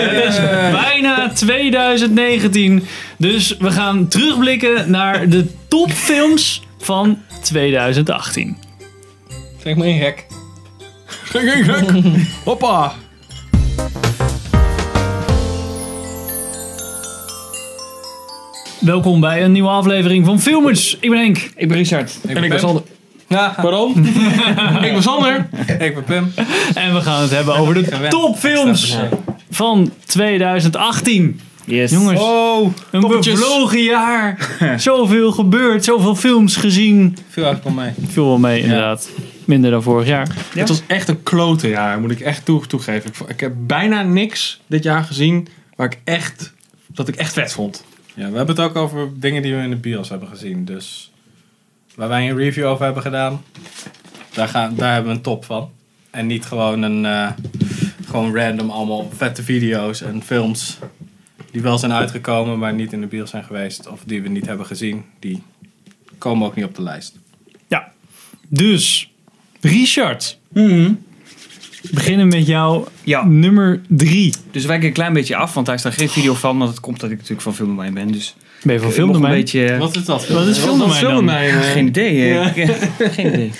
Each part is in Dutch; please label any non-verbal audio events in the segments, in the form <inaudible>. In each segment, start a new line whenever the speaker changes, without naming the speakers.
Het is
Eh.
bijna 2019. Dus we gaan terugblikken naar de topfilms van 2018.
Zeg maar in gek. Gek, gek, gek.
<laughs>
Hoppa.
Welkom bij een nieuwe aflevering van Filmers. Ik ben Henk.
Ik ben Richard.
ben
en
Pep.
ik ben Sander.
Waarom?
Ik ben Sander. ik ben Pim.
En we gaan het hebben over de topfilms van 2018.
Yes.
Jongens,
Oh,
een
toppetjes.
bevlogen jaar. Zoveel gebeurd, zoveel films gezien.
Veel uit van mij.
Viel wel mee, inderdaad. Minder dan vorig jaar.
Ja?
Het was echt een klote jaar, moet ik echt toe, toegeven. Ik, vo- ik heb bijna niks dit jaar gezien waar ik echt, dat ik echt vet vond.
Ja, we hebben het ook over dingen die we in de bios hebben gezien. Dus waar wij een review over hebben gedaan, daar, gaan, daar hebben we een top van. En niet gewoon een eh, gewoon random allemaal vette video's en films die wel zijn uitgekomen, maar niet in de bios zijn geweest. Of die we niet hebben gezien. Die komen ook niet op de lijst.
Ja. Dus, Richard. We beginnen met jou
Ja.
nummer drie.
Dus we wijken een klein beetje af, want daar staat geen video van. Want het komt dat ik natuurlijk van filmdomein ben. Dus
Ben je van
ik mocht een
filmdomein?
beetje...
Wat is dat?
Wat is filmdomein
Zo
dan?
mij. eh,
Geen idee. hè. <laughs> geen idee.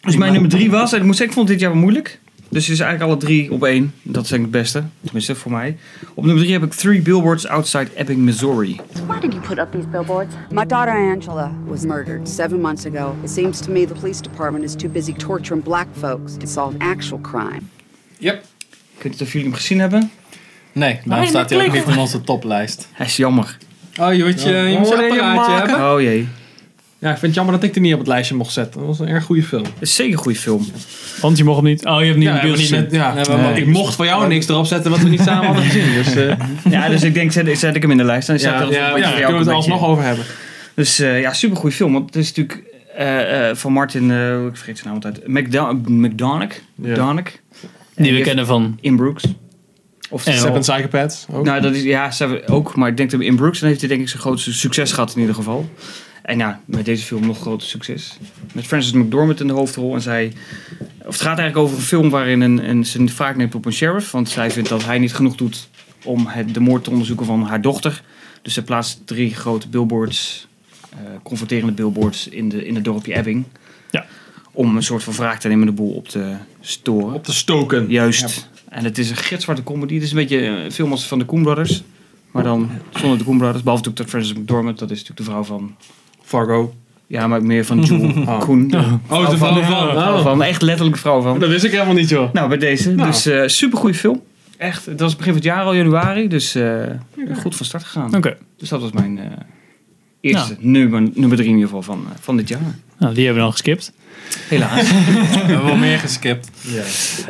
Dus mijn nummer drie was, en ik moet zeggen, ik vond dit jaar wel moeilijk. Dus het is eigenlijk alle drie op één. Dat zijn het beste. Tenminste, voor mij. Op nummer drie heb ik Three Billboards Outside Ebbing, Missouri.
Why did you put up these billboards?
My daughter Angela was murdered seven months ago. It seems to me the police department is too busy torturing black folks to solve actual crime.
Yep.
Ik weet niet of jullie hem gezien hebben.
Nee, daarom staat hij ook niet in onze toplijst.
Hij is jammer.
Oh, je moet je, je, moet je
Hoor je
apparaatje
maken?
hebben.
Oh jee.
Ja, ik vind het jammer dat ik er niet op het lijstje mocht zetten. Dat was een erg goede film.
Het is zeker een goede film.
Want je mocht hem niet. Oh, je hebt niet
Ja,
een
hebben we
beeld
niet
gezien.
met- ja.
Nee, we mogen-
Ik mocht van jou niks erop zetten wat we niet samen hadden gezien. Dus <laughs> eh,
Ja, dus ik denk, zet, zet ik hem in de lijst. Dan staat
ja,
er
ja,
alsnog
ja,
een beetje
daar
voor jou
kunnen we
ook een beetje-
het alsnog over hebben.
Dus eh, ja, supergoeie film. Want het is natuurlijk eh, eh, van Martin, eh, ik vergeet zijn naam altijd, McDo McDonagh. McDonagh. En
Die we
heeft
kennen van.
In Brooks. Of
En-
Seven Psychopaths ook.
nou, dat is, ja, ze hebben ook. Maar ik denk dat in Brooks dan heeft hij denk ik zijn grootste succes gehad in ieder geval. En ja, met deze film nog groter succes. Met Frances McDormand in de hoofdrol. En zij, of het gaat eigenlijk over een film waarin een, een, ze vaak neemt op een sheriff. Want zij vindt dat hij niet genoeg doet om het, de moord te onderzoeken van haar dochter. Dus ze plaatst drie grote billboards, eh, confronterende billboards in, de, in het dorpje Ebbing.
Ja.
Om een soort van wraak te nemen de boel op te storen.
Op te stoken.
Juist. En het is een gitzwarte comedy. Het is een beetje eh, een film als van de Coen Brothers. Maar dan zonder de Coen Brothers. Behalve natuurlijk dat Frances McDormand, dat is natuurlijk de vrouw van...
Fargo.
Ja, maar meer van
<laughs>
Joel Koen. De
Oh, de vrouw van.
vrouw
Oh,
van. Echt letterlijk vrouw van.
Dat wist ik helemaal niet, joh.
Nou, bij deze.
Nou.
Dus eh supergoeie film. Echt, het was begin van het jaar al, januari. Dus eh, goed van start gegaan.
Oké.
Dus dat was mijn eh, eerste
Nou.
nummer, nummer drie in ieder geval van, eh, van dit jaar.
Nou, die hebben we dan geskipt.
Helaas.
We hebben wel meer geskipt.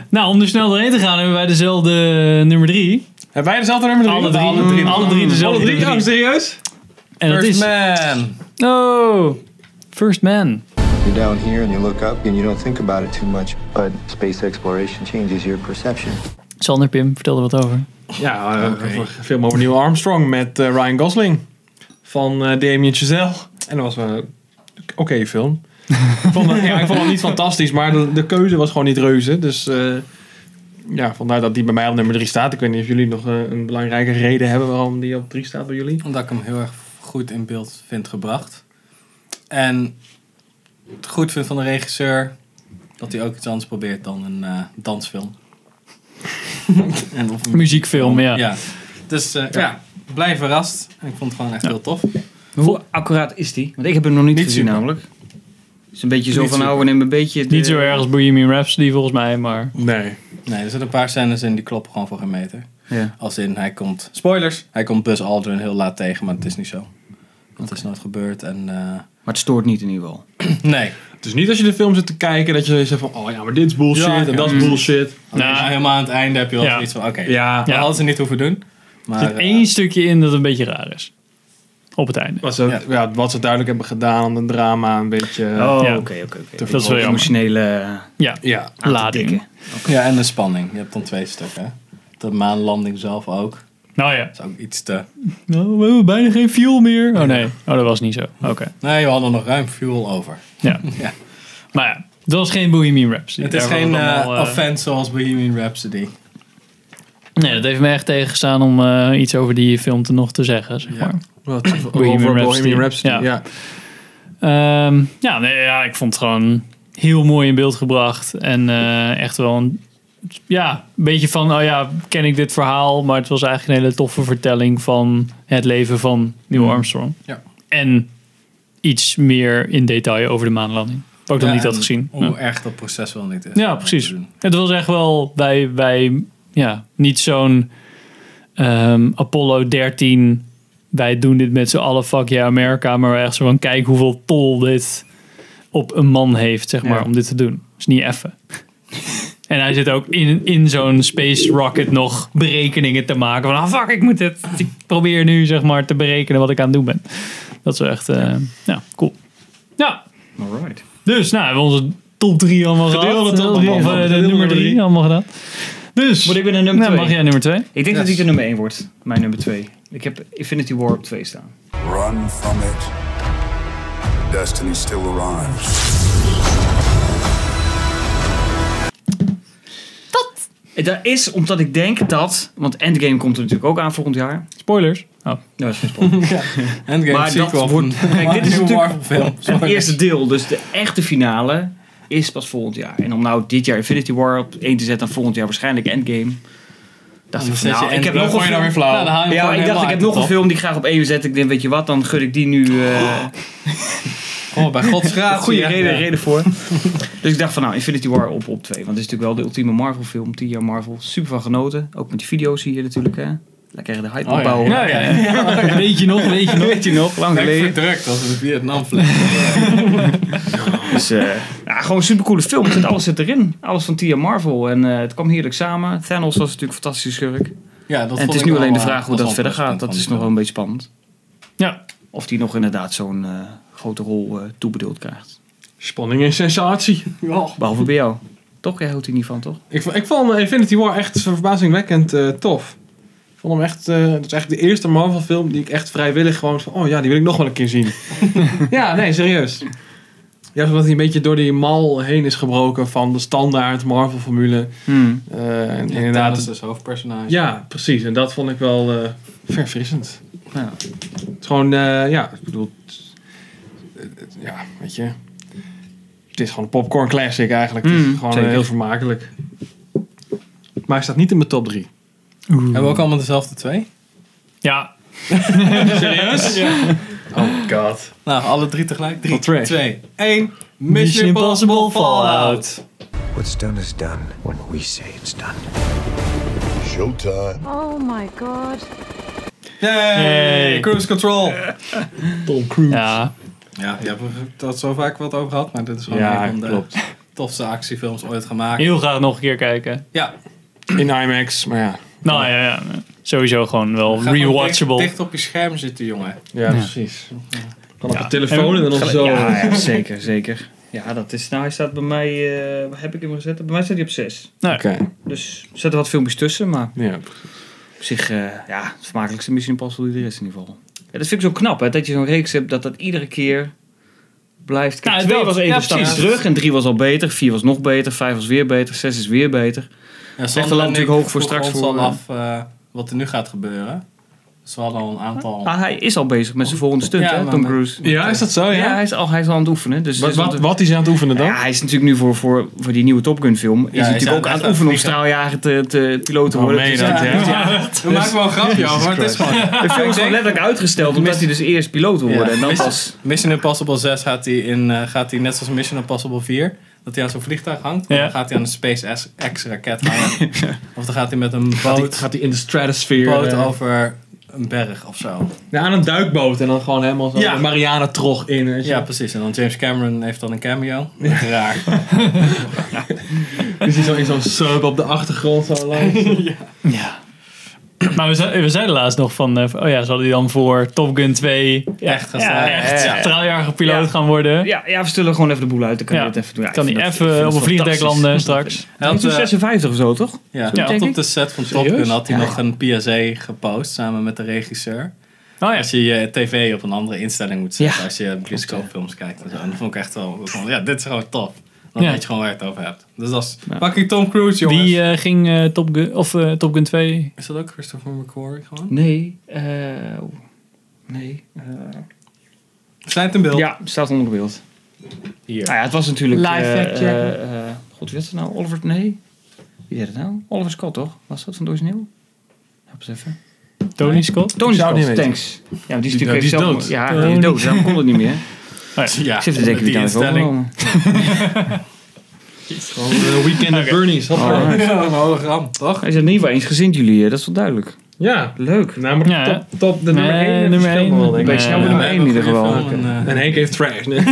Nou, om er snel doorheen te gaan, hebben wij dezelfde eh, nummer drie.
Hebben wij dezelfde nummer drie?
Alle drie.
Alle drie,
Alle drie dezelfde
Alle drie?
nummer
Oh,
drie.
<laughs> serieus?
En dat
First
is.
Man.
Oh, First Man.
You're down here and you look up and you don't think about it too much, but space exploration changes your perception.
Sander Pim vertelde wat over.
Ja, eh, een film over Neil Armstrong met eh, Ryan Gosling. Van eh Damien Chazelle. En dat was wel een oké film. ik, vond het, ja, ik vond het niet fantastisch, maar de, de keuze was gewoon niet reuze. Dus eh, ja, vandaar dat die bij mij op nummer 3 staat. Ik weet niet of jullie nog eh, een belangrijke reden hebben waarom die op 3 staat bij jullie.
Omdat ik hem heel erg goed in beeld vind gebracht. En het goed vind van de regisseur dat hij ook iets anders probeert dan een eh, dansfilm. <laughs> en of een
Muziekfilm, ja.
Dus eh, ja. blij verrast. En ik vond het gewoon echt heel tof.
Hoe accuraat is die? Want ik heb hem nog niet,
Niet
gezien
super.
namelijk. Het is een beetje zo
Niet
van, nou,
super.
we nemen een beetje... de-
Niet zo erg als Bohemian Rhapsody volgens mij, maar.
Nee.
Nee, er zitten een paar scènes in die kloppen gewoon voor geen meter.
Ja.
Als in, hij komt... Spoilers! Hij komt Buzz Aldrin heel laat tegen, maar het is niet zo. Dat is nooit gebeurd en... eh,
Maar het stoort niet in ieder geval.
nee.
Dus niet als je de film zit te kijken dat je zegt van, oh ja, maar dit is bullshit
Ja,
en
ja.
dat is bullshit.
Nou, helemaal aan het einde heb je wel
Ja.
iets van... Oké,
Ja,
dat
Ja.
hadden ze niet hoeven doen. Maar,
Er zit
eh,
één stukje in dat een beetje raar is. Op het einde.
Wat, ze, ja. Oh.
Ja.
wat ze duidelijk hebben gedaan, een drama, een beetje...
ja.
Oh, oké. oké.
Dat is wel jammer.
Emotionele eh,
Ja,
Ja.
lading.
Ja, en de spanning. Je hebt dan twee stukken. hè. De maanlanding zelf ook.
Nou ja.
Dat is ook iets te...
Nou, we hebben bijna geen fuel meer. Oh nee. Oh, dat was niet zo. Oké.
Nee, we hadden nog ruim fuel over.
Ja.
<laughs> Ja.
Maar ja, Dat was geen Bohemian Rhapsody.
Het is
Daar hadden
geen
we
eh,
allemaal, eh,
offense zoals Bohemian Rhapsody.
Nee, dat heeft me echt tegengestaan om eh, iets over die film te nog te zeggen, zeg maar.
Wat? Over
Bohemian
Bohemian
Rhapsody.
Rhapsody. Ja.
Ja. Ehm, ja, nee, ja, ik vond het gewoon heel mooi in beeld gebracht. En eh, echt wel een, ja, een beetje van, oh ja, ken ik dit verhaal? Maar het was eigenlijk een hele toffe vertelling van het leven van Neil Armstrong.
Mm. Ja.
En iets meer in detail over de maanlanding. Wat ik nog
Ja,
niet had
en
gezien.
Hoe
Ja.
erg dat proces wel niet is.
Ja, precies. Het was echt wel bij, bij ja, niet zo'n ehm, Apollo 13. Wij doen dit met z'n allen, fuck ja, Amerika. Maar echt zo van, kijk hoeveel tol dit op een man heeft, zeg maar,
Ja.
om dit te doen. Dat is niet effen. <laughs> En hij zit ook in, in zo'n space rocket nog berekeningen te maken. Van, ah, fuck, ik moet dit. Ik probeer nu, zeg maar, te berekenen wat ik aan het doen ben. Dat is wel echt, eh, ja. cool. Ja,
Alright.
dus, nou, hebben we onze top 3 allemaal gedaan.
Gedeelde top
Of,
drie.
eh, de
Gedeelde
nummer
nummer
3
drie.
allemaal gedaan. Dus,
Maar ik ben een nummer
nou,
twee.
mag jij nummer 2?
Ik denk dat ik de nummer 1 wordt. Mijn nummer 2. Ik heb Infinity War op 2 staan.
Run from it. Destiny still arrives.
En Dat is omdat ik denk dat... Want Endgame komt er natuurlijk ook aan volgend jaar.
Spoilers. Oh.
Nou, dat is geen spoiler.
Endgame
Maar
sequel
dat
van
wordt- Kijk, dit is
<laughs> een
natuurlijk-
Marvel film.
<laughs> Het eerste deel, dus de echte finale, is pas volgend jaar. En om nou dit jaar Infinity War op 1 te zetten en volgend jaar waarschijnlijk Endgame. Dacht ik, van, nou, ik heb nog een
je nou weer
film.
flauw.
Ja, ik dacht, ik heb nog een film die ik graag op 1 wil zetten. Ik denk, weet je wat, dan gun ik die nu eh,
Oh, bij <laughs> Gods
een
gratie.
goede
hè?
reden, reden
<laughs>
voor. dus ik dacht van, nou, Infinity War op op 2. Want het is natuurlijk wel de ultieme Marvel film. 10 jaar Marvel, super van genoten. Ook met die video's hier natuurlijk, hè. Lekker de hype
Oh,
ja.
opbouwen.
Nou, Ja, ja, ja. Weet je nog, weet je nog.
Oh, Weet je nog, lang
Ik
geleden.
verdrukt als een Vietnam vlieg.
Dus, eh, ja, gewoon een supercoole film. Het zit- Alles zit erin. Alles van Tia Marvel. En eh, het kwam heerlijk samen. Thanos was natuurlijk een fantastische schurk.
<laughs> Ja, dat
en het
vond
is
ik
nu
wel,
alleen de
eh,
vraag hoe
was
dat
wel
verder
het
gaat.
punt
Dat
van
is
de
nog wel
film.
een beetje spannend.
Ja.
Of die nog inderdaad zo'n eh, grote rol eh toebedeeld krijgt.
Spanning en sensatie.
Behalve bij jou. Toch? Jij houdt hier niet van, toch?
Ik, vo- ik vond eh, Infinity War echt verbazingwekkend eh, tof. Ik vond hem echt, eh dat is echt de eerste Marvel film die ik echt vrijwillig gewoon van, oh ja, die wil ik nog wel een keer
<laughs>
zien. ja, nee, serieus. Juist omdat hij een beetje door die mal heen is gebroken van de standaard Marvel formule.
Hmm.
Eh, en
Ja,
inderdaad,
dat is dus hoofdpersonage.
ja, precies. En dat vond ik wel eh, verfrissend.
Ja.
Het is gewoon, eh, ja, ik bedoel, het- het- ja, weet je. Het is gewoon een popcorn classic eigenlijk. het
Mm,
is gewoon eh,
zeker.
heel vermakelijk. Maar hij staat niet in mijn top 3.
Hebben we ook allemaal dezelfde twee?
Ja.
Serieus?
Oh god.
Nou, alle drie tegelijk. Drie,
Wat trash.
twee, één.
Mission
Mission
Impossible
Impossible
Fallout.
Fallout.
What's done is done when we say it's done.
Showtime.
Oh my god.
Hey, cruise control.
Tom Cruise.
Ja.
Ja, je hebt er dat zo vaak wat over gehad, maar dit is gewoon
Ja,
een van de
klopt.
tofste actiefilms ooit gemaakt.
Heel graag nog een keer kijken.
Ja,
In IMAX, maar ja.
Nou ja, ja. Sowieso gewoon wel
ga gewoon
rewatchable.
Dicht, dicht op je scherm zitten, jongen.
Ja, precies. Kan op
Ja.
de telefoon en dan nog zo.
Ja, <laughs> ja, zeker, zeker. Ja, dat is... Nou, hij staat bij mij... eh, waar heb ik hem gezet? Bij mij staat hij op 6.
Nou,
Oké,
Dus er zitten wat filmpjes tussen, maar...
ja.
Op zich, eh, ja, het vermakelijkste Mission Impossible die er is in ieder geval. Ja, dat vind ik zo knap, hè, dat je zo'n reeks hebt dat dat iedere keer blijft. Kijk,
Ja,
twee
dat-
was even
ja,
een stapje
precies.
terug en drie was al beter, vier was nog beter, vijf was weer beter, zes is weer beter.
Ja,
Leg de lat natuurlijk hoog voor straks
ons
voor,
al
eh,
af eh, wat er nu gaat gebeuren. Dus we hadden al een aantal...
Ah, hij is al bezig met zijn volgende stunt,
Ja,
hè,
maar-
Tom Cruise.
ja, is dat zo? Ja.
Ja, hij is al, hij is al aan het oefenen. Dus
Wat,
dus
wat,
dat-
wat is hij aan het oefenen dan?
ja, hij is natuurlijk nu voor, voor, voor die nieuwe Top Gun film.
hij
is hij
is aan-
natuurlijk ook aan
echt
het oefenen om
aan het
straaljager te, te piloot te
Oh,
worden.
meen je
Dus
dat,
ja,
hè?
We maken wel een grapje over, maar het is gewoon...
De film is gewoon letterlijk uitgesteld omdat hij dus eerst piloot wil worden.
Ja.
En dan
Mission-
pas...
Mission Impossible 6 gaat hij, in, eh, gaat hij net zoals Mission Impossible 4... dat hij aan zo'n vliegtuig hangt.
Ja.
Dan gaat hij aan een SpaceX-raket hangen. of dan gaat hij met een boot,
Gaat hij in de stratosphere?
boot
eh,
over een berg of zo.
nou, aan een duikboot en dan gewoon Oh, helemaal zo
Ja.
de Marianentrog in. weet je.
Ja, precies. En dan James Cameron heeft dan een cameo. Raar.
Dus hij zo in zo'n sub op de achtergrond zo langs.
Ja. Maar we, ze- we zeiden laatst nog van, eh, oh ja, zal hij dan voor Top Gun 2
Echt gaan
ja,
staan.
echt
Ja.
straaljager piloot
Ja.
gaan worden?
Ja, ja, we stullen gewoon even de boel uit. Dan kan
Ja.
hij het even doen. Ja,
Kan
ik
hij
vind dat- ik
even
vind
op een
dat
vliegdek
fantastisch.
landen
<laughs>
straks?
Hij had, eh,
56 of zo, toch?
ja,
Ja.
hij had
denk
op de set van Top Gun had hij nog een PSA gepost samen met de regisseur.
Oh ja.
Als je je tv op een andere instelling moet zetten
Ja.
als je bioscoopfilms kijkt. En, zo. en dat vond ik echt wel, dat vond- ja, dit is gewoon tof. Dan
Ja.
weet je gewoon waar je het over hebt. Dus dat is fucking Tom Cruise, jongens.
Wie eh, ging eh, Top Gun, of, eh, Top Gun 2?
Is dat ook Christopher McQuarrie gewoon?
Nee. eh, oeh. nee. eh,
Zijn het in beeld?
Ja, staat onder beeld.
Hier.
Nou ja, het was natuurlijk...
Live
eh,
fact checken.
eh, eh, God, wie was het nou? Oliver... Nee. Wie deed het nou? Oliver Scott, toch? Was dat van het origineel? Help eens even.
Tony Scott?
Tony
zou het
Scott,
niet
thanks. Ja, want die is
Die-
natuurlijk
die
zelf-
is dood.
Ja, die is dood. Daarom kon het niet meer.
Ja,
Ik zit te denken
met
wie
die
daar heeft
instelling.
overgenomen.
Gewoon eh, Weekend at Bernie's. had
Oh.
gewoon-
Ja, een hologram, toch?
Hij is in ieder geval eens gezind jullie, hè? dat is wel duidelijk.
Ja.
Leuk.
Nou, maar
Ja,
top, top, de
Nee,
nummer 1
nummer één.
Bij
Nee,
snel
ja.
nummer
Ja,
1 in ieder
goede
geval.
film, en, eh,
En Henk heeft trash. Nee.
Ik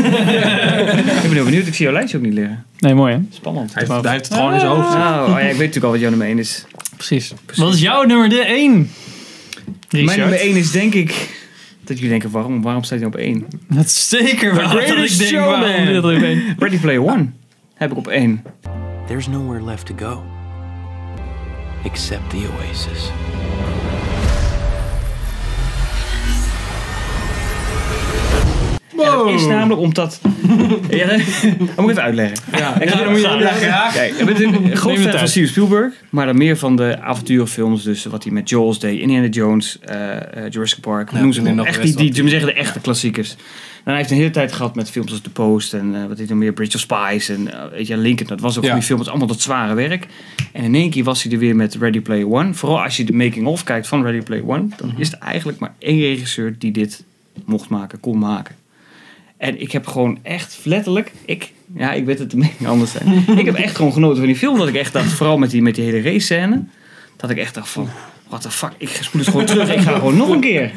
ben heel benieuwd, ik zie jouw lijstje ook niet liggen.
Nee, mooi hè?
Spannend.
Hij heeft, hij heeft het gewoon in zijn hoofd.
Oh, oh ja, ik weet natuurlijk al wat jouw nummer 1 is.
Precies. Wat is jouw nummer 1?
Mijn nummer 1 is denk ik... Dat jullie denken, waarom, waarom staat hij nou op 1?
Dat is zeker wel dat ik
greatest
denk
showman.
waarom dit op één.
Ready Player One heb ik op 1.
There's nowhere left to go except the oasis.
En dat is namelijk <laughs> omdat... ja, dat dat moet ik even uitleggen. Ja, ik ga moet je uitleggen. Kijk, ik ben een groot fan van
tijd.
Steven Spielberg. Maar dan meer van de avonturenfilms. Dus wat hij met Jaws deed, Indiana Jones, eh, eh, Jurassic Park. noem ze
toen hij
maar
nog
op. Echt
best
die,
wat-
die, die, zeggen de echte klassiekers. En hij heeft een hele tijd gehad met films als The Post en eh, wat heet nog meer, Bridge of Spies en eh, weet je, Lincoln. Dat was ook
Ja.
een film met allemaal dat zware werk. En in één keer was hij er weer met Ready Player One. Vooral als je de making-of kijkt van Ready Player One, dan is er eigenlijk maar één regisseur die dit mocht maken, kon maken. En ik heb gewoon echt letterlijk, ik, ja, ik weet het de mening anders zijn. ik heb echt gewoon genoten van die film, dat ik echt dacht, vooral met die, met die hele race scène, dat ik echt dacht van, what the fuck, ik
<laughs>
spoel het gewoon terug, ik ga gewoon nog een keer.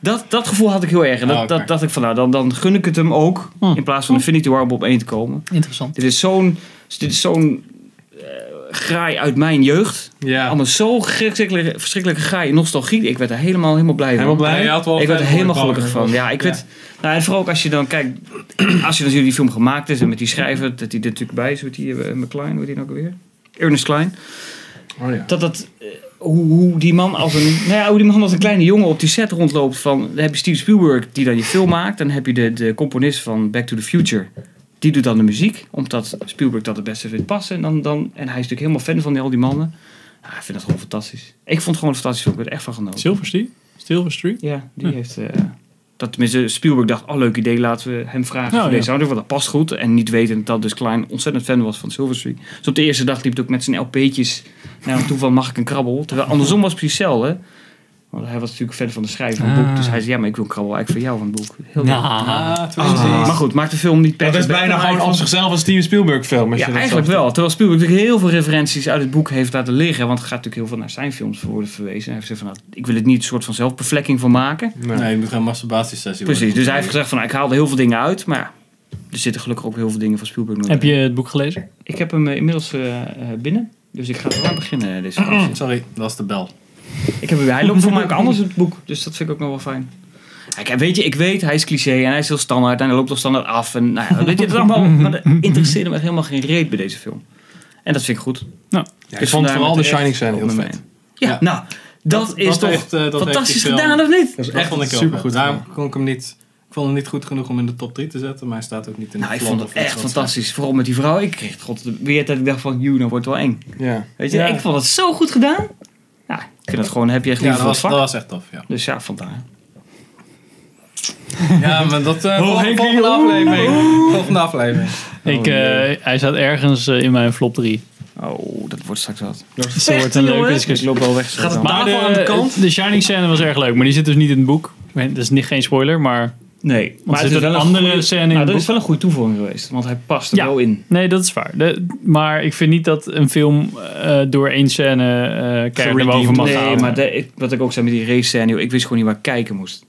Dat, dat gevoel had ik heel erg. En dat,
Ah, oké. Hm.
dat dacht ik van, nou, dan, dan gun ik het hem ook, in plaats van Infinity War om op één te komen.
Interessant.
Dit is zo'n, dit is zo'n eh, graai uit mijn jeugd.
Ja.
Allemaal zo verschrikkelijke, verschrikkelijke graai, nostalgie. Ik werd er helemaal, helemaal blij van.
Helemaal blij.
Ja, je had wel
Ik werd er
vet
helemaal
voor het
gelukkig van.
was.
Ja, ik werd. Nou, en vooral ook als je dan kijkt. <clears throat> Als je natuurlijk die film gemaakt is en met die schrijver. Dat die er natuurlijk bij is. Hoe heet die eh, McLean, hoe heet die nou ook weer? Ernest Klein.
Oh, ja.
Dat dat. eh, Hoe, hoe, die man als een, nou ja, hoe die man als een kleine jongen op die set rondloopt. Van, dan heb je Steve Spielberg die dan je film maakt. Dan heb je de, de componist van Back to the Future. Die doet dan de muziek. Omdat Spielberg dat het beste vindt passen. En, dan, dan, en hij is natuurlijk helemaal fan van die- al die mannen. Ah, ik vind dat gewoon fantastisch. Ik vond het gewoon fantastisch. Ik heb er echt van genoten.
Silver Street? Silver Street?
Ja, die
Hm.
heeft. eh, dat tenminste, Spielberg dacht, oh leuk idee, laten we hem vragen
Oh,
voor
ja.
deze soundtrack, want dat past goed. En niet wetend dat dus Klein ontzettend fan was van Silver Street. Dus op de eerste dag liep het ook met zijn LP'tjes naar hem toe van, mag ik een krabbel? Terwijl andersom was het precies hetzelfde. Want hij was natuurlijk fan van de schrijver van het
Ah.
boek. Dus hij zei, ja, maar ik wil een krabbel eigenlijk van jou van het boek. Heel leuk.
Ah,
Maar goed, maakt de film niet per
Dat
se
is
beter,
bijna
maar hij
gewoon op
vond-
zichzelf een Steven Spielberg film. als je
Ja,
dat
eigenlijk
zo-
wel. Terwijl Spielberg natuurlijk heel veel referenties uit het boek heeft laten liggen. Want er gaat natuurlijk heel veel naar zijn films worden verwezen. En hij heeft gezegd van, nou, ik wil het niet een soort van zelfbevlekking van maken.
Nee, je moet geen masturbatiesessie
Precies,
worden.
dus hij heeft gezegd van nou, ik haal er heel veel dingen uit, maar ja, er zitten gelukkig ook heel veel dingen van Spielberg nog
Heb
in.
je het boek gelezen?
Ik heb hem eh, inmiddels eh, eh, binnen, dus ik ga er aan beginnen eh, deze keer.
Sorry, dat is de bel.
<clears throat> Ik heb hem, hij loopt voor mij ook anders in het boek, dus dat vind ik ook nog wel fijn. Ja, Kijk, weet je, ik weet, hij is cliché en hij is heel standaard en hij loopt al standaard af. En, nou ja, weet je, dat <laughs> allemaal, maar dat interesseerde me echt helemaal geen reet bij deze film. En dat vind ik goed.
Ja, ik
Dus
vond
vandaar
vooral de
met
Shining
echt
scène heel
op nummer
vet.
één. Ja,
Ja.
nou, dat, is
dat
toch
heeft, eh, dat heeft
fantastisch
die film.
gedaan, of niet?
Dat, vond ik heel
supergoed
vet. Daarom kon ik hem niet... Ik vond hem niet goed genoeg om in de top 3 te zetten, maar hij staat ook niet in de
Nou, ik
vlot
vond het
of iets
echt
wat-
fantastisch. Vooral met die vrouw. Ik kreeg het god weer dat ik dacht van, joh, nou wordt het wel eng.
Ja.
Weet je,
Ja.
ik vond het zo goed gedaan. Ja, ik vind het gewoon, heb je echt
Ja,
liefde
dat
voor
was,
het
dat was
vak.
echt tof, ja.
Dus ja, vandaar.
<laughs> Ja, maar dat... eh vol-
Henkie,
volgende aflevering. Volgende aflevering.
ik, eh, hij staat ergens eh, in mijn flop 3.
Oh, dat wordt straks wat.
Dus dat wordt een leuke discussie.
loop wel weg. Gaat het
Maar de, de Shining scène was erg leuk, maar die zit dus niet in het boek. Dat is niet, geen spoiler, maar...
Nee, maar
zit een andere scène in
Nou,
het
dat
boek.
is wel een goede toevoeging geweest, want hij past er
Ja.
wel in.
Nee, dat is waar. De- maar ik vind niet dat een film eh, door één scène eh keihard naar boven mag
nee,
halen.
maar de- ik- wat ik ook zei met die race scène, joh, ik wist gewoon niet waar ik kijken moest.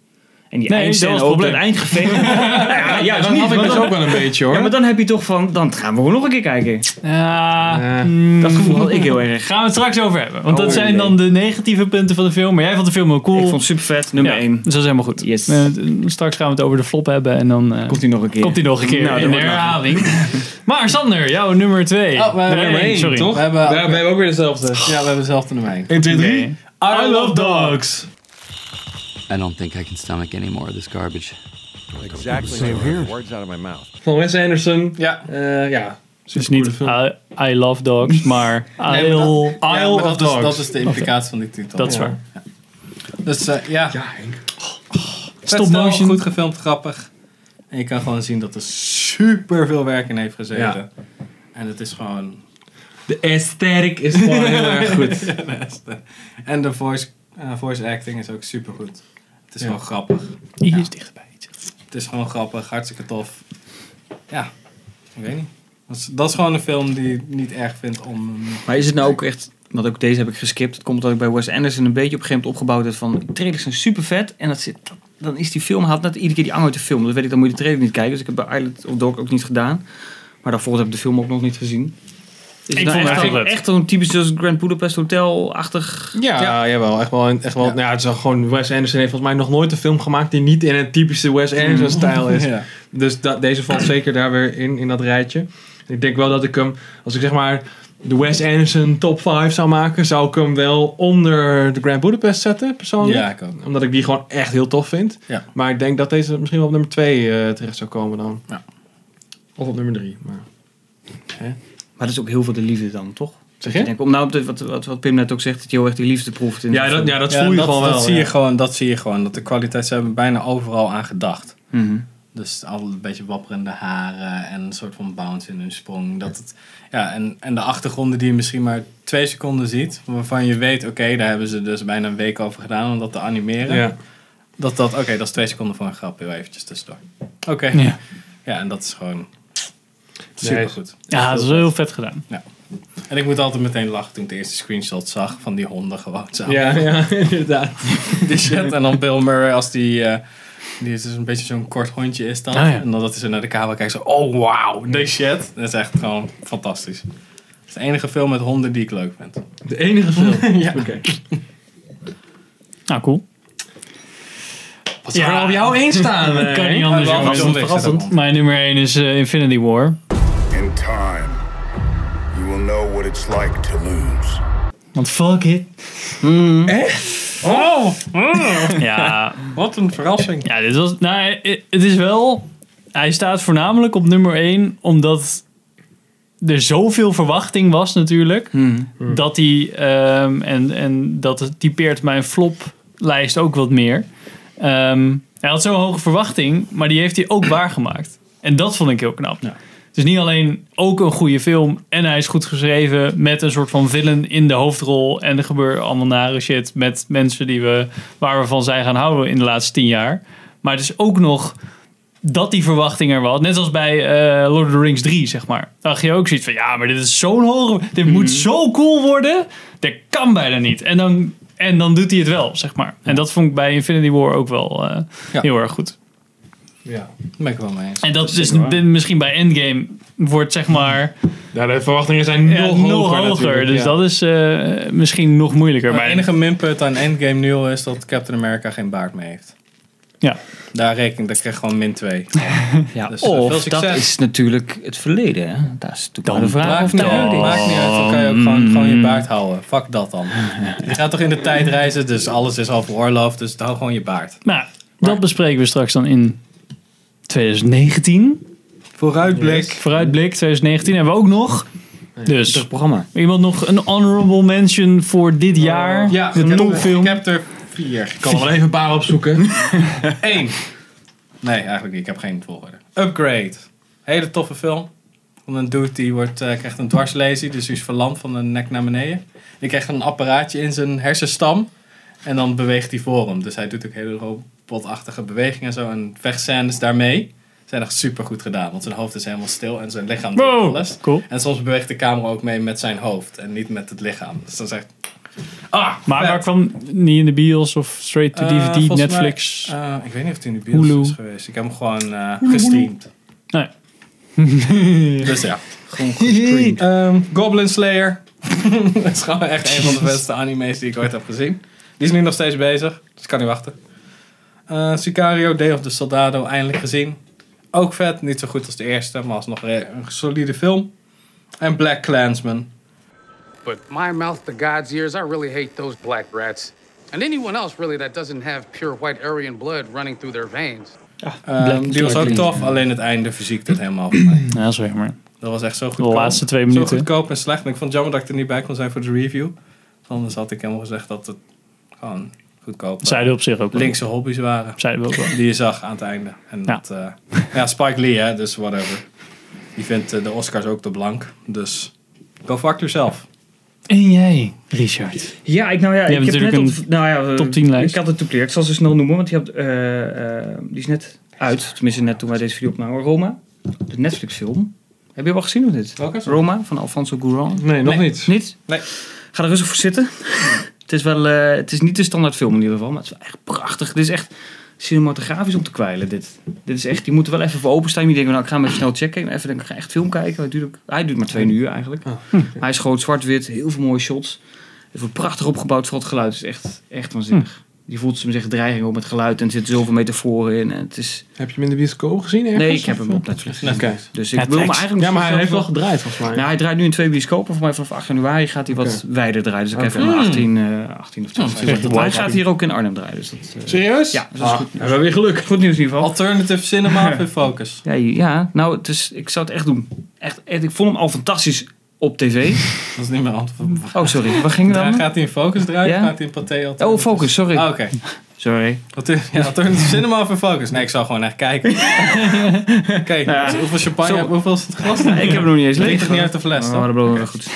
En die
Nee,
eindscène
dat was het
ook, dat
probleem. <laughs>
eindgevecht. ja,
<laughs> Ja,
juist
dat
niet,
had ik
want
dus
dan-
ook wel een beetje
Ja, maar
hoor.
dan heb je toch van, dan gaan we gewoon nog een keer kijken.
Ja,
Eh.
mm,
Dat gevoel had ik heel erg.
Gaan we het straks over hebben. Want dat
Oh,
zijn
jee.
dan de negatieve punten van de film. Maar jij vond de film wel cool.
Ik vond het super vet, nummer
Ja,
1.
Dus dat is helemaal goed.
Yes.
Eh, straks gaan we het over de flop hebben. En dan eh,
Komt hij nog een keer?
komt hij nog een keer
Nou, dat
in de
wordt lachen.
herhaling. maar Sander, jouw nummer 2.
Oh, we hebben nummer één,
sorry.
We hebben,
Daar ben je ook weer dezelfde.
ja, we hebben dezelfde nummer één.
1, 2, 3.
Oké.
I love dogs.
I don't think I can stomach any more of this garbage.
Exactly. Same here. Words out of my mouth.
Van Wes Anderson.
Ja.
Eh, ja.
Het is niet I, I Love Dogs, maar
Nee, maar
Isle,
dat-
Isle
ja, maar
of
dat is-
Dogs.
dat is de implicatie van die titel.
Dat is
Ja.
waar.
Dus eh, ja. Ja,
Henk.
Stop motion. Goed gefilmd, grappig. En je kan gewoon zien dat er super veel werk in heeft gezeten.
Ja.
En het is gewoon.
De aesthetic is gewoon heel erg <laughs> goed.
Ja, <laughs> de aesthetic. en de voice, eh, voice acting is ook super goed. Het is
Ja.
gewoon grappig.
Hier
Ja.
is dichterbij.
Het is gewoon grappig, hartstikke tof. Ja, ik weet niet. Dat is, dat is gewoon een film die ik niet erg vind om.
Maar is het nou ook echt... Want ook deze heb ik geskipt. Het komt omdat ik bij Wes Anderson een beetje op een gegeven moment opgebouwd heb van... Trailers zijn super vet. En dat zit, dan is die film haalt net iedere keer die angel uit de film. Dat weet ik, dan moet je de trailer niet kijken. Dus ik heb bij Island of Dog ook niet gedaan. Maar daarvoor heb ik de film ook nog niet gezien. Is
Ik
het nou
vond het
echt,
heel
een-
vet.
echt zo'n typisch zoals Grand Budapest Hotel-achtig...
Ja, jawel. Echt wel. Echt wel Nou, het is wel gewoon, Wes Anderson heeft volgens mij nog nooit een film gemaakt die niet in een typische Wes Anderson-stijl is.
Mm. <laughs> Ja.
Dus dat,
<clears throat>
deze valt zeker daar weer in, in dat rijtje. Ik denk wel dat ik hem, als ik zeg maar de Wes Anderson top 5 zou maken, zou ik hem wel onder de Grand Budapest zetten, persoonlijk.
Ja, ik ook.
Omdat ik die gewoon echt heel tof vind.
Ja.
Maar ik denk dat deze misschien wel op nummer 2 terecht zou komen dan.
Ja.
Of op nummer 3. Maar...
Maar dat is ook heel veel de liefde dan, toch?
Zeg
Dat
je?
denkt, om nou op de- wat, wat, wat Pim net ook zegt, dat je heel erg die liefde proeft. In de film.
dat, dat Zie je gewoon, dat zie je gewoon. Dat de kwaliteit, ze hebben bijna overal aan gedacht.
Mhm.
Dus al een beetje wapperende haren en een soort van bounce in hun sprong. Dat het, ja, en, en de achtergronden die je misschien maar twee seconden ziet. Waarvan je weet, oké, daar hebben ze dus bijna een week over gedaan om dat te animeren.
Ja.
Dat dat, oké, dat is twee seconden voor een grap. Heel eventjes tussendoor. Oké.
Ja.
Ja. en dat is gewoon supergoed.
Ja, dat is heel vet gedaan.
Ja. En ik moet altijd meteen lachen toen ik de eerste screenshot zag van die honden gewoon samen.
Ja, ja, inderdaad.
<laughs> die shit. En dan Bill Murray als die... eh, die is dus een beetje zo'n kort hondje is dan.
Ah, ja.
En dan dat hij zo naar de camera kijkt. Zo, oh wow, this shit. Dat is echt gewoon fantastisch. Het is de enige film met honden die ik leuk vind.
De enige film.
ja.
Nou, cool. Wat
zou er op jou heen <laughs> staan, eh?
kan niet anders,
Ja, wel
jongens.
verrassend. Verrassend.
Mijn nummer 1 is eh, Infinity War.
In time, you will know what it's like to lose.
Want fuck it.
Echt?
Oh!
<laughs> Ja,
Wat een verrassing.
ja dit was, nou, eh, het is wel... Hij staat voornamelijk op nummer 1 omdat er zoveel verwachting was natuurlijk. Dat hij, ehm, en, en dat typeert mijn floplijst ook wat meer. Ehm, hij had zo'n hoge verwachting, maar die heeft hij ook <clears throat> waargemaakt. En dat vond ik heel knap. Het is niet alleen ook een goede film en hij is goed geschreven met een soort van villain in de hoofdrol. En er gebeurt allemaal nare shit met mensen die we, waar we van zijn gaan houden in de laatste tien jaar. Maar het is ook nog dat die verwachting er was. Net als bij eh, Lord of the Rings 3, zeg maar. Dan had je ook zoiets van, ja, maar dit is zo'n hoge... Dit moet zo cool worden. Dat kan bijna niet. En dan, en dan doet hij het wel, zeg maar. En dat vond ik bij Infinity War ook wel eh,
Ja.
heel erg goed.
Ja.
Daar ben ik wel mee eens.
En dat is dus misschien bij Endgame wordt, zeg maar...
Ja, de verwachtingen zijn
Ja,
nog hoger, natuurlijk,
Dus
ja.
dat is eh, misschien nog moeilijker.
Het
Maar
enige minpunt aan Endgame nu al is dat Captain America geen baard meer heeft.
Ja.
Daar reken ik krijg gewoon min 2.
Ja,
Dus, eh, veel
of
succes.
dat is natuurlijk het verleden. Hè? Dat is natuurlijk maar de vraag Ah,
Maakt
of
niet,
dat
uit,
nodig is.
maakt niet uit, dan kan je ook gewoon, gewoon je baard houden. Fuck dat dan. Je gaat toch in de tijd reizen, dus alles is al veroorloofd, dus hou gewoon je baard.
nou, dat bespreken we straks dan in 2019.
Vooruitblik.
Vooruitblik 2019 hebben we ook nog.
Dat is
Dus
het programma.
iemand nog een honorable mention voor dit jaar?
Oh. Ja, ik
de
heb-
topfilm.
Ik heb er vier.
Ik kan er wel even een paar opzoeken.
<laughs> Eén. Nee, eigenlijk niet. Ik heb geen volgorde. Upgrade. Hele toffe film. Van een dude die wordt, eh, krijgt een dwarslazy, dus die is verlamd van de nek naar beneden. Die krijgt een apparaatje in zijn hersenstam. En dan beweegt hij voor hem. Dus hij doet ook hele robotachtige bewegingen en zo. En vechtscènes daarmee zijn echt super goed gedaan. Want zijn hoofd is helemaal stil en zijn lichaam doet
Wow,
alles.
cool.
En soms beweegt de camera ook mee met zijn hoofd en niet met het lichaam. Dus dan zegt. Ah,
Maar
vet.
waar kwam niet in de bios of straight to
Eh,
DVD,
volgens mij,
Netflix?
eh, ik weet niet of het in de bios
Hulu.
is geweest. Ik heb hem gewoon eh gestreamd.
Nee.
Dus ja.
Gestreamd.
<laughs> Ehm, Goblin Slayer. <laughs> dat is gewoon echt een van de beste anime's die ik ooit heb gezien. Die is nu nog steeds bezig, dus ik kan niet wachten. Eh, Sicario, Day of the Soldado, eindelijk gezien. Ook vet, niet zo goed als de eerste, maar alsnog re- een solide film. En Black Clansman.
But my mouth to God's ears, I really hate those black rats. And anyone else, really, that doesn't have pure white Aryan blood running through their veins.
Ehm, die was ook tof, alleen het einde verziekt het helemaal voor mij.
Nou, dat is wel jammer.
Dat was echt zo
De
goedkoop.
laatste twee
Zo
minuten.
goedkoop en slecht. En ik vond het jammer dat ik er niet bij kon zijn voor de review. Anders had ik helemaal gezegd dat het gewoon goedkoop eh,
Zeiden op zich ook wel.
Linkse hobby's waren.
Zeiden we ook wel.
Die je zag aan het einde. En
Ja.
dat, eh, ja, Spike Lee, hè, dus whatever. Die vindt eh, de Oscars ook te blank. Dus go fuck yourself.
En jij, Richard.
Ja, ik, nou ja,
Je
ik
hebt
heb net
natuurlijk
op,
een
nou ja, eh,
top 10 lijst.
Ik had het toepleer. Ik zal ze snel noemen, want die, had, eh, eh, die is net uit. Tenminste, net toen wij deze video opnamen. Roma, de Netflix-film. Heb je hem al gezien of niet?
Welke?
Roma van Alfonso Cuarón.
Nee, nog
Nee.
niet.
Niet?
Nee.
Ga er rustig voor zitten. <laughs> het, is wel, eh, het is niet de standaard film in ieder geval, maar het is wel echt prachtig. Dit is echt cinematografisch om te kwijlen. Dit, dit is echt, je moet er wel even voor openstaan. Je denkt, nou, ik ga hem even snel checken. En even denk, ik ga echt film kijken. Hij duurt, ook- hij duurt maar twee uur eigenlijk.
Ah.
Hm. Hij is groot zwart-wit, heel veel mooie shots. Het wordt prachtig opgebouwd, vooral het geluid is echt, echt waanzinnig.
Hm.
Je voelt ze zeggen dreiging op met geluid en er zitten zoveel metaforen in. En het is...
Heb je hem in de bioscoop gezien ergens?
Nee, ik heb hem
Of,
op
eh?
Netflix.
Oké.
Dus ik wil hem eigenlijk
Ja, maar hij heeft wel
nog-
gedraaid volgens mij.
nou, hij draait nu in twee bioscopen. Voor mij vanaf 8 januari gaat hij wat wijder draaien. Dus ik heb hem
Oké.
18, eh, 18 of 20.
dat is echt
maar hij
leuk.
gaat hier ook in Arnhem draaien. Dus dat, eh,
Serieus?
Ja, dus dat is
Ah,
goed nieuws.
hebben we weer geluk.
Goed nieuws in ieder geval.
Alternative cinema in focus.
Ja, ja nou, het is, ik zou het echt doen. Echt, echt, ik vond hem al fantastisch op tv.
Dat is niet mijn antwoord.
Oh, sorry. Waar ging het
Draai-
dan?
Gaat hij in focus draaien?
Ja.
Gaat hij in paté altijd?
Oh, Focus, sorry.
Ah, oké.
Sorry.
Alter- Ja, alternative cinema of in focus? Nee, ik zou gewoon echt kijken. Kijk, dus hoeveel champagne,
Zo.
heb- hoeveel is het glas?
Nou, ik heb hem nog niet eens
Drink
leeg.
het niet uit de fles,
Oh,
toch?
dat belooft wel goed. <laughs>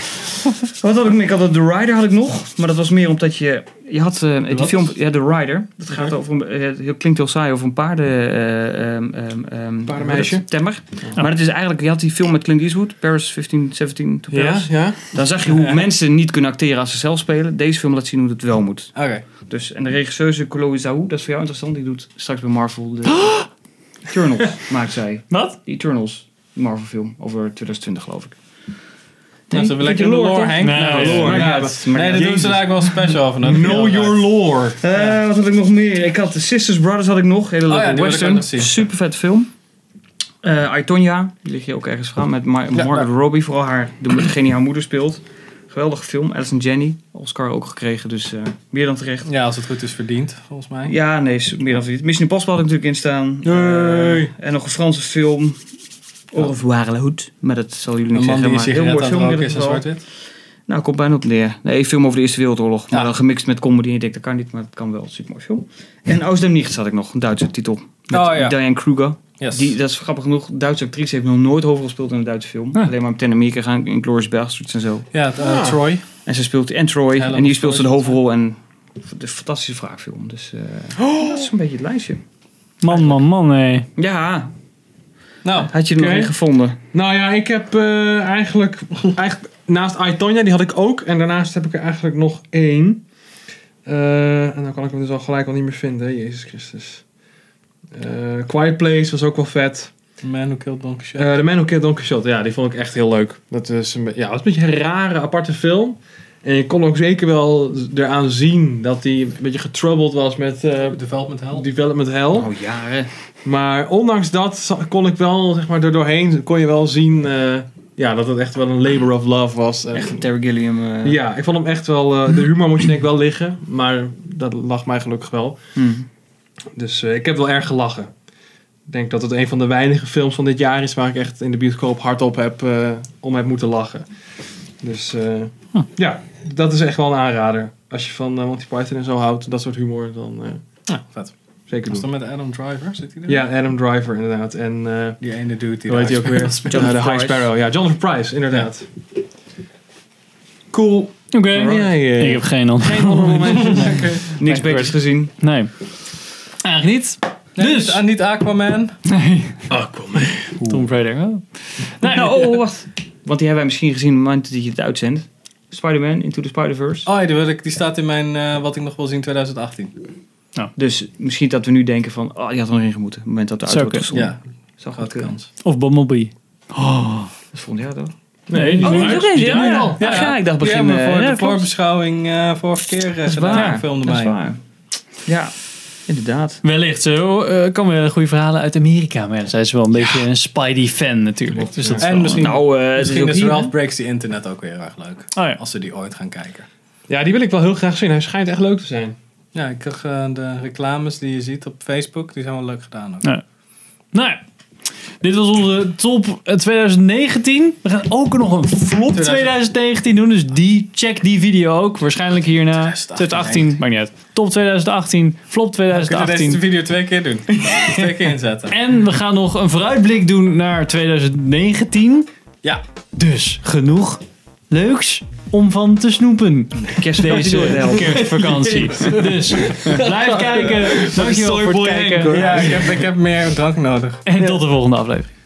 Wat had ik nog? Ik had het The Rider had ik nog. Maar dat was meer omdat je... Je had eh, die
Wat?
film... Ja, The Rider. Dat gaat over een... eh, Het klinkt heel saai. Over een paarden... eh, ehm, ehm, ehm,
Paardenmeisje.
Temmer. Maar het is eigenlijk... Je had die film met Clint Eastwood. Paris 1517 to
Ja,
Paris.
ja.
Dan zag je hoe mensen niet kunnen acteren als ze zelf spelen. Deze film laat zien hoe dat wel moet.
Oké. Nou,
Dus, en de regisseuse Chloe Zhao, dat is voor jou interessant. Die doet straks bij Marvel
<gasps>
de Eternals, maakt zij.
Wat?
De Eternals, de Marvel film, over 2020 geloof ik.
Nou, ze hebben lekker in de lore, Henk.
Nee,
Nou,
nee,
lore.
nee.
Ja,
Maakt
dat- Nee,
niet uit.
daar doen ze
Jezus.
eigenlijk wel een special over. dan heb je
Know
wel
your
uit.
lore.
Eh, Wat had ik nog meer? Ik had de Sisters Brothers had ik nog. Hele
Oh ja,
leuke
die wil ik ook
western.
nog zien.
Super vet film. Eh Aitonia, die lig je ook ergens van. Met Ma- Margaret Robbie, vooral haar, de, degene die haar moeder speelt. Geweldige film. Alice Jenny, Oscar ook gekregen, dus eh, meer dan terecht.
Ja, als het goed is verdiend, volgens mij.
Ja, nee, is meer dan verdiend. Mission Impossible had ik natuurlijk in staan.
Nee.
Eh, en nog een Franse film. Au revoir la hoed. Maar dat zal jullie niet
Een man
zeggen.
die een
Maar heel
sigaret
mooi
aan het
film in
roken
ieder
is en
geval.
zwart-wit.
Nou, komt bijna op neer. Nee, een film over de Eerste Wereldoorlog. Maar
Ja.
dan gemixt met comedy. En ik denk, dat kan niet, maar dat kan wel. Super mooi film. En Aus dem Nichts had ik nog. Een Duitse titel. Met
Oh, ja.
Diane Kruger.
Yes.
Die, dat is grappig genoeg. Duitse actrice heeft nog nooit overgespeeld in een Duitse film. Alleen maar meteen naar Amerika gaan. In Glorious Bastards en zo.
Ja, het, eh, Troy.
En ze speelt en Troy.
Helen
en hier
of
speelt ze de
Troy.
hoofdrol. En de fantastische wraakfilm. Dus eh,
Oh!
dat is een beetje het lijstje.
Man, man, man, hé.
Ja, <laughs>
Nou,
had je er
Oké.
nog een gevonden?
Nou ja, ik heb eh, eigenlijk, eigenlijk naast Aitonia, die had ik ook. En daarnaast heb ik er eigenlijk nog één. Eh, en dan kan ik hem dus al gelijk al niet meer vinden. Jezus Christus. Eh, Quiet Place was ook wel vet.
The Man Who Killed Don Quixote.
Eh The Man Who Killed Don Quixote, ja, die vond ik echt heel leuk. Dat is een, be- ja, dat is een beetje een rare, aparte film. En je kon ook zeker wel eraan zien dat hij een beetje getroubled was met eh,
Development Hell.
Development Hell.
Oh, jaren.
Maar ondanks dat za- kon ik wel, zeg maar, er doorheen kon je wel zien eh, ja, dat het echt wel een labor of love was. En-
Echt een Terry Gilliam. eh,
Ja, ik vond hem echt wel, eh, de humor moet je denk ik wel liggen, maar dat lag mij gelukkig wel.
hmm.
Dus eh, ik heb wel erg gelachen. Ik denk dat het een van de weinige films van dit jaar is waar ik echt in de bioscoop hardop heb, eh, om heb moeten lachen. Dus eh, ja, dat is echt wel een aanrader. Als je van eh, Monty Python en zo houdt, dat soort humor, dan eh,
Ja, vet.
zeker
Was
doen.
dat met Adam Driver? Zit hij er?
Ja, Adam Driver inderdaad. En eh,
Die ene dude die
Hoe heet hij ook weer?
<laughs>
Jonathan
Eh, de High
Price.
Sparrow. Ja, Jonathan Price, inderdaad. Cool.
Oké.
Ja,
eh?
Ik
ja.
heb geen ander.
Geen honorable mentions.
Niks beters gezien.
<laughs> Nee. Eigenlijk niet.
Dus. Niet, niet Aquaman.
Nee.
Aquaman.
dus-
Tom Raider. Oh. Nee.
Nou, oh, oh, wacht. Want die hebben wij misschien gezien op het moment dat je het uitzendt. Spider-Man Into the Spider-Verse.
Oh, ja, die, wil ik, die staat in mijn eh, wat ik nog wil zien 2018.
Dus misschien dat we nu denken van, oh, die had er nog in gemoeten. Op het moment dat de uit
Zou
wordt
kunnen.
gezonden.
Ja,
Zou goed
grote
kunnen.
kans.
Of Bumblebee.
Dat is volgend jaar toch?
Nee.
Oh, die is ook eens. Ja, ja.
al.
Ach ja, ik dacht begin...
Ja, maar
eh,
voor
ja,
de
klopt.
voorbeschouwing eh, vorige keer eh
Dat is
gedaan.
waar.
Ik filmde
Dat is
mij.
waar. Ja, inderdaad.
Wellicht zo. eh kan weer goede verhalen uit Amerika. Maar ja, zij is wel een beetje een Spidey-fan natuurlijk. Dus dat is
En
wel-
misschien-
Nou, eh, het is
Misschien
ook
is
<laughs> hier, hè?
dus Ralph Breaks the Internet ook weer erg leuk.
Oh ja.
Als ze die ooit gaan kijken.
Ja, die wil ik wel heel graag zien. Hij schijnt echt leuk te zijn.
Ja, ik kreeg eh, de reclames die je ziet op Facebook, die zijn wel leuk gedaan ook.
Nou ja. Dit was onze top eh, 2019. We gaan ook nog een flop 2019 doen. Dus die, check die video ook. Waarschijnlijk hierna. 2018, maakt niet uit. Top 2018,
We
flop
kunnen deze
2018.
video twee keer doen. <laughs> twee keer inzetten.
En we gaan nog een vooruitblik doen naar 2019.
Ja.
Dus genoeg leuks om van te snoepen.
Kerstvakantie door de
Deze
helft.
kerstvakantie. Dus blijf kijken. Dankjewel voor het kijken.
Ja, ik heb, ik heb meer drank nodig.
En tot de volgende aflevering.